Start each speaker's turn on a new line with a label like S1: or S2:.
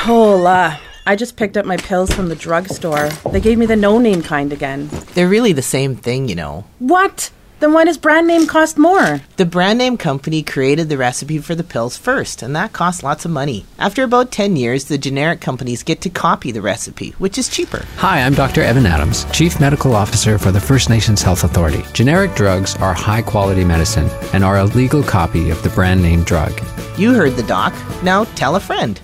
S1: Hola. I just picked up my pills from the drugstore. They gave me the no name kind again.
S2: They're really the same thing, you know.
S1: What? Then why does brand name cost more?
S2: The brand name company created the recipe for the pills first, and that costs lots of money. After about 10 years, the generic companies get to copy the recipe, which is cheaper.
S3: Hi, I'm Dr. Evan Adams, Chief Medical Officer for the First Nations Health Authority. Generic drugs are high quality medicine and are a legal copy of the brand name drug.
S2: You heard the doc. Now tell a friend.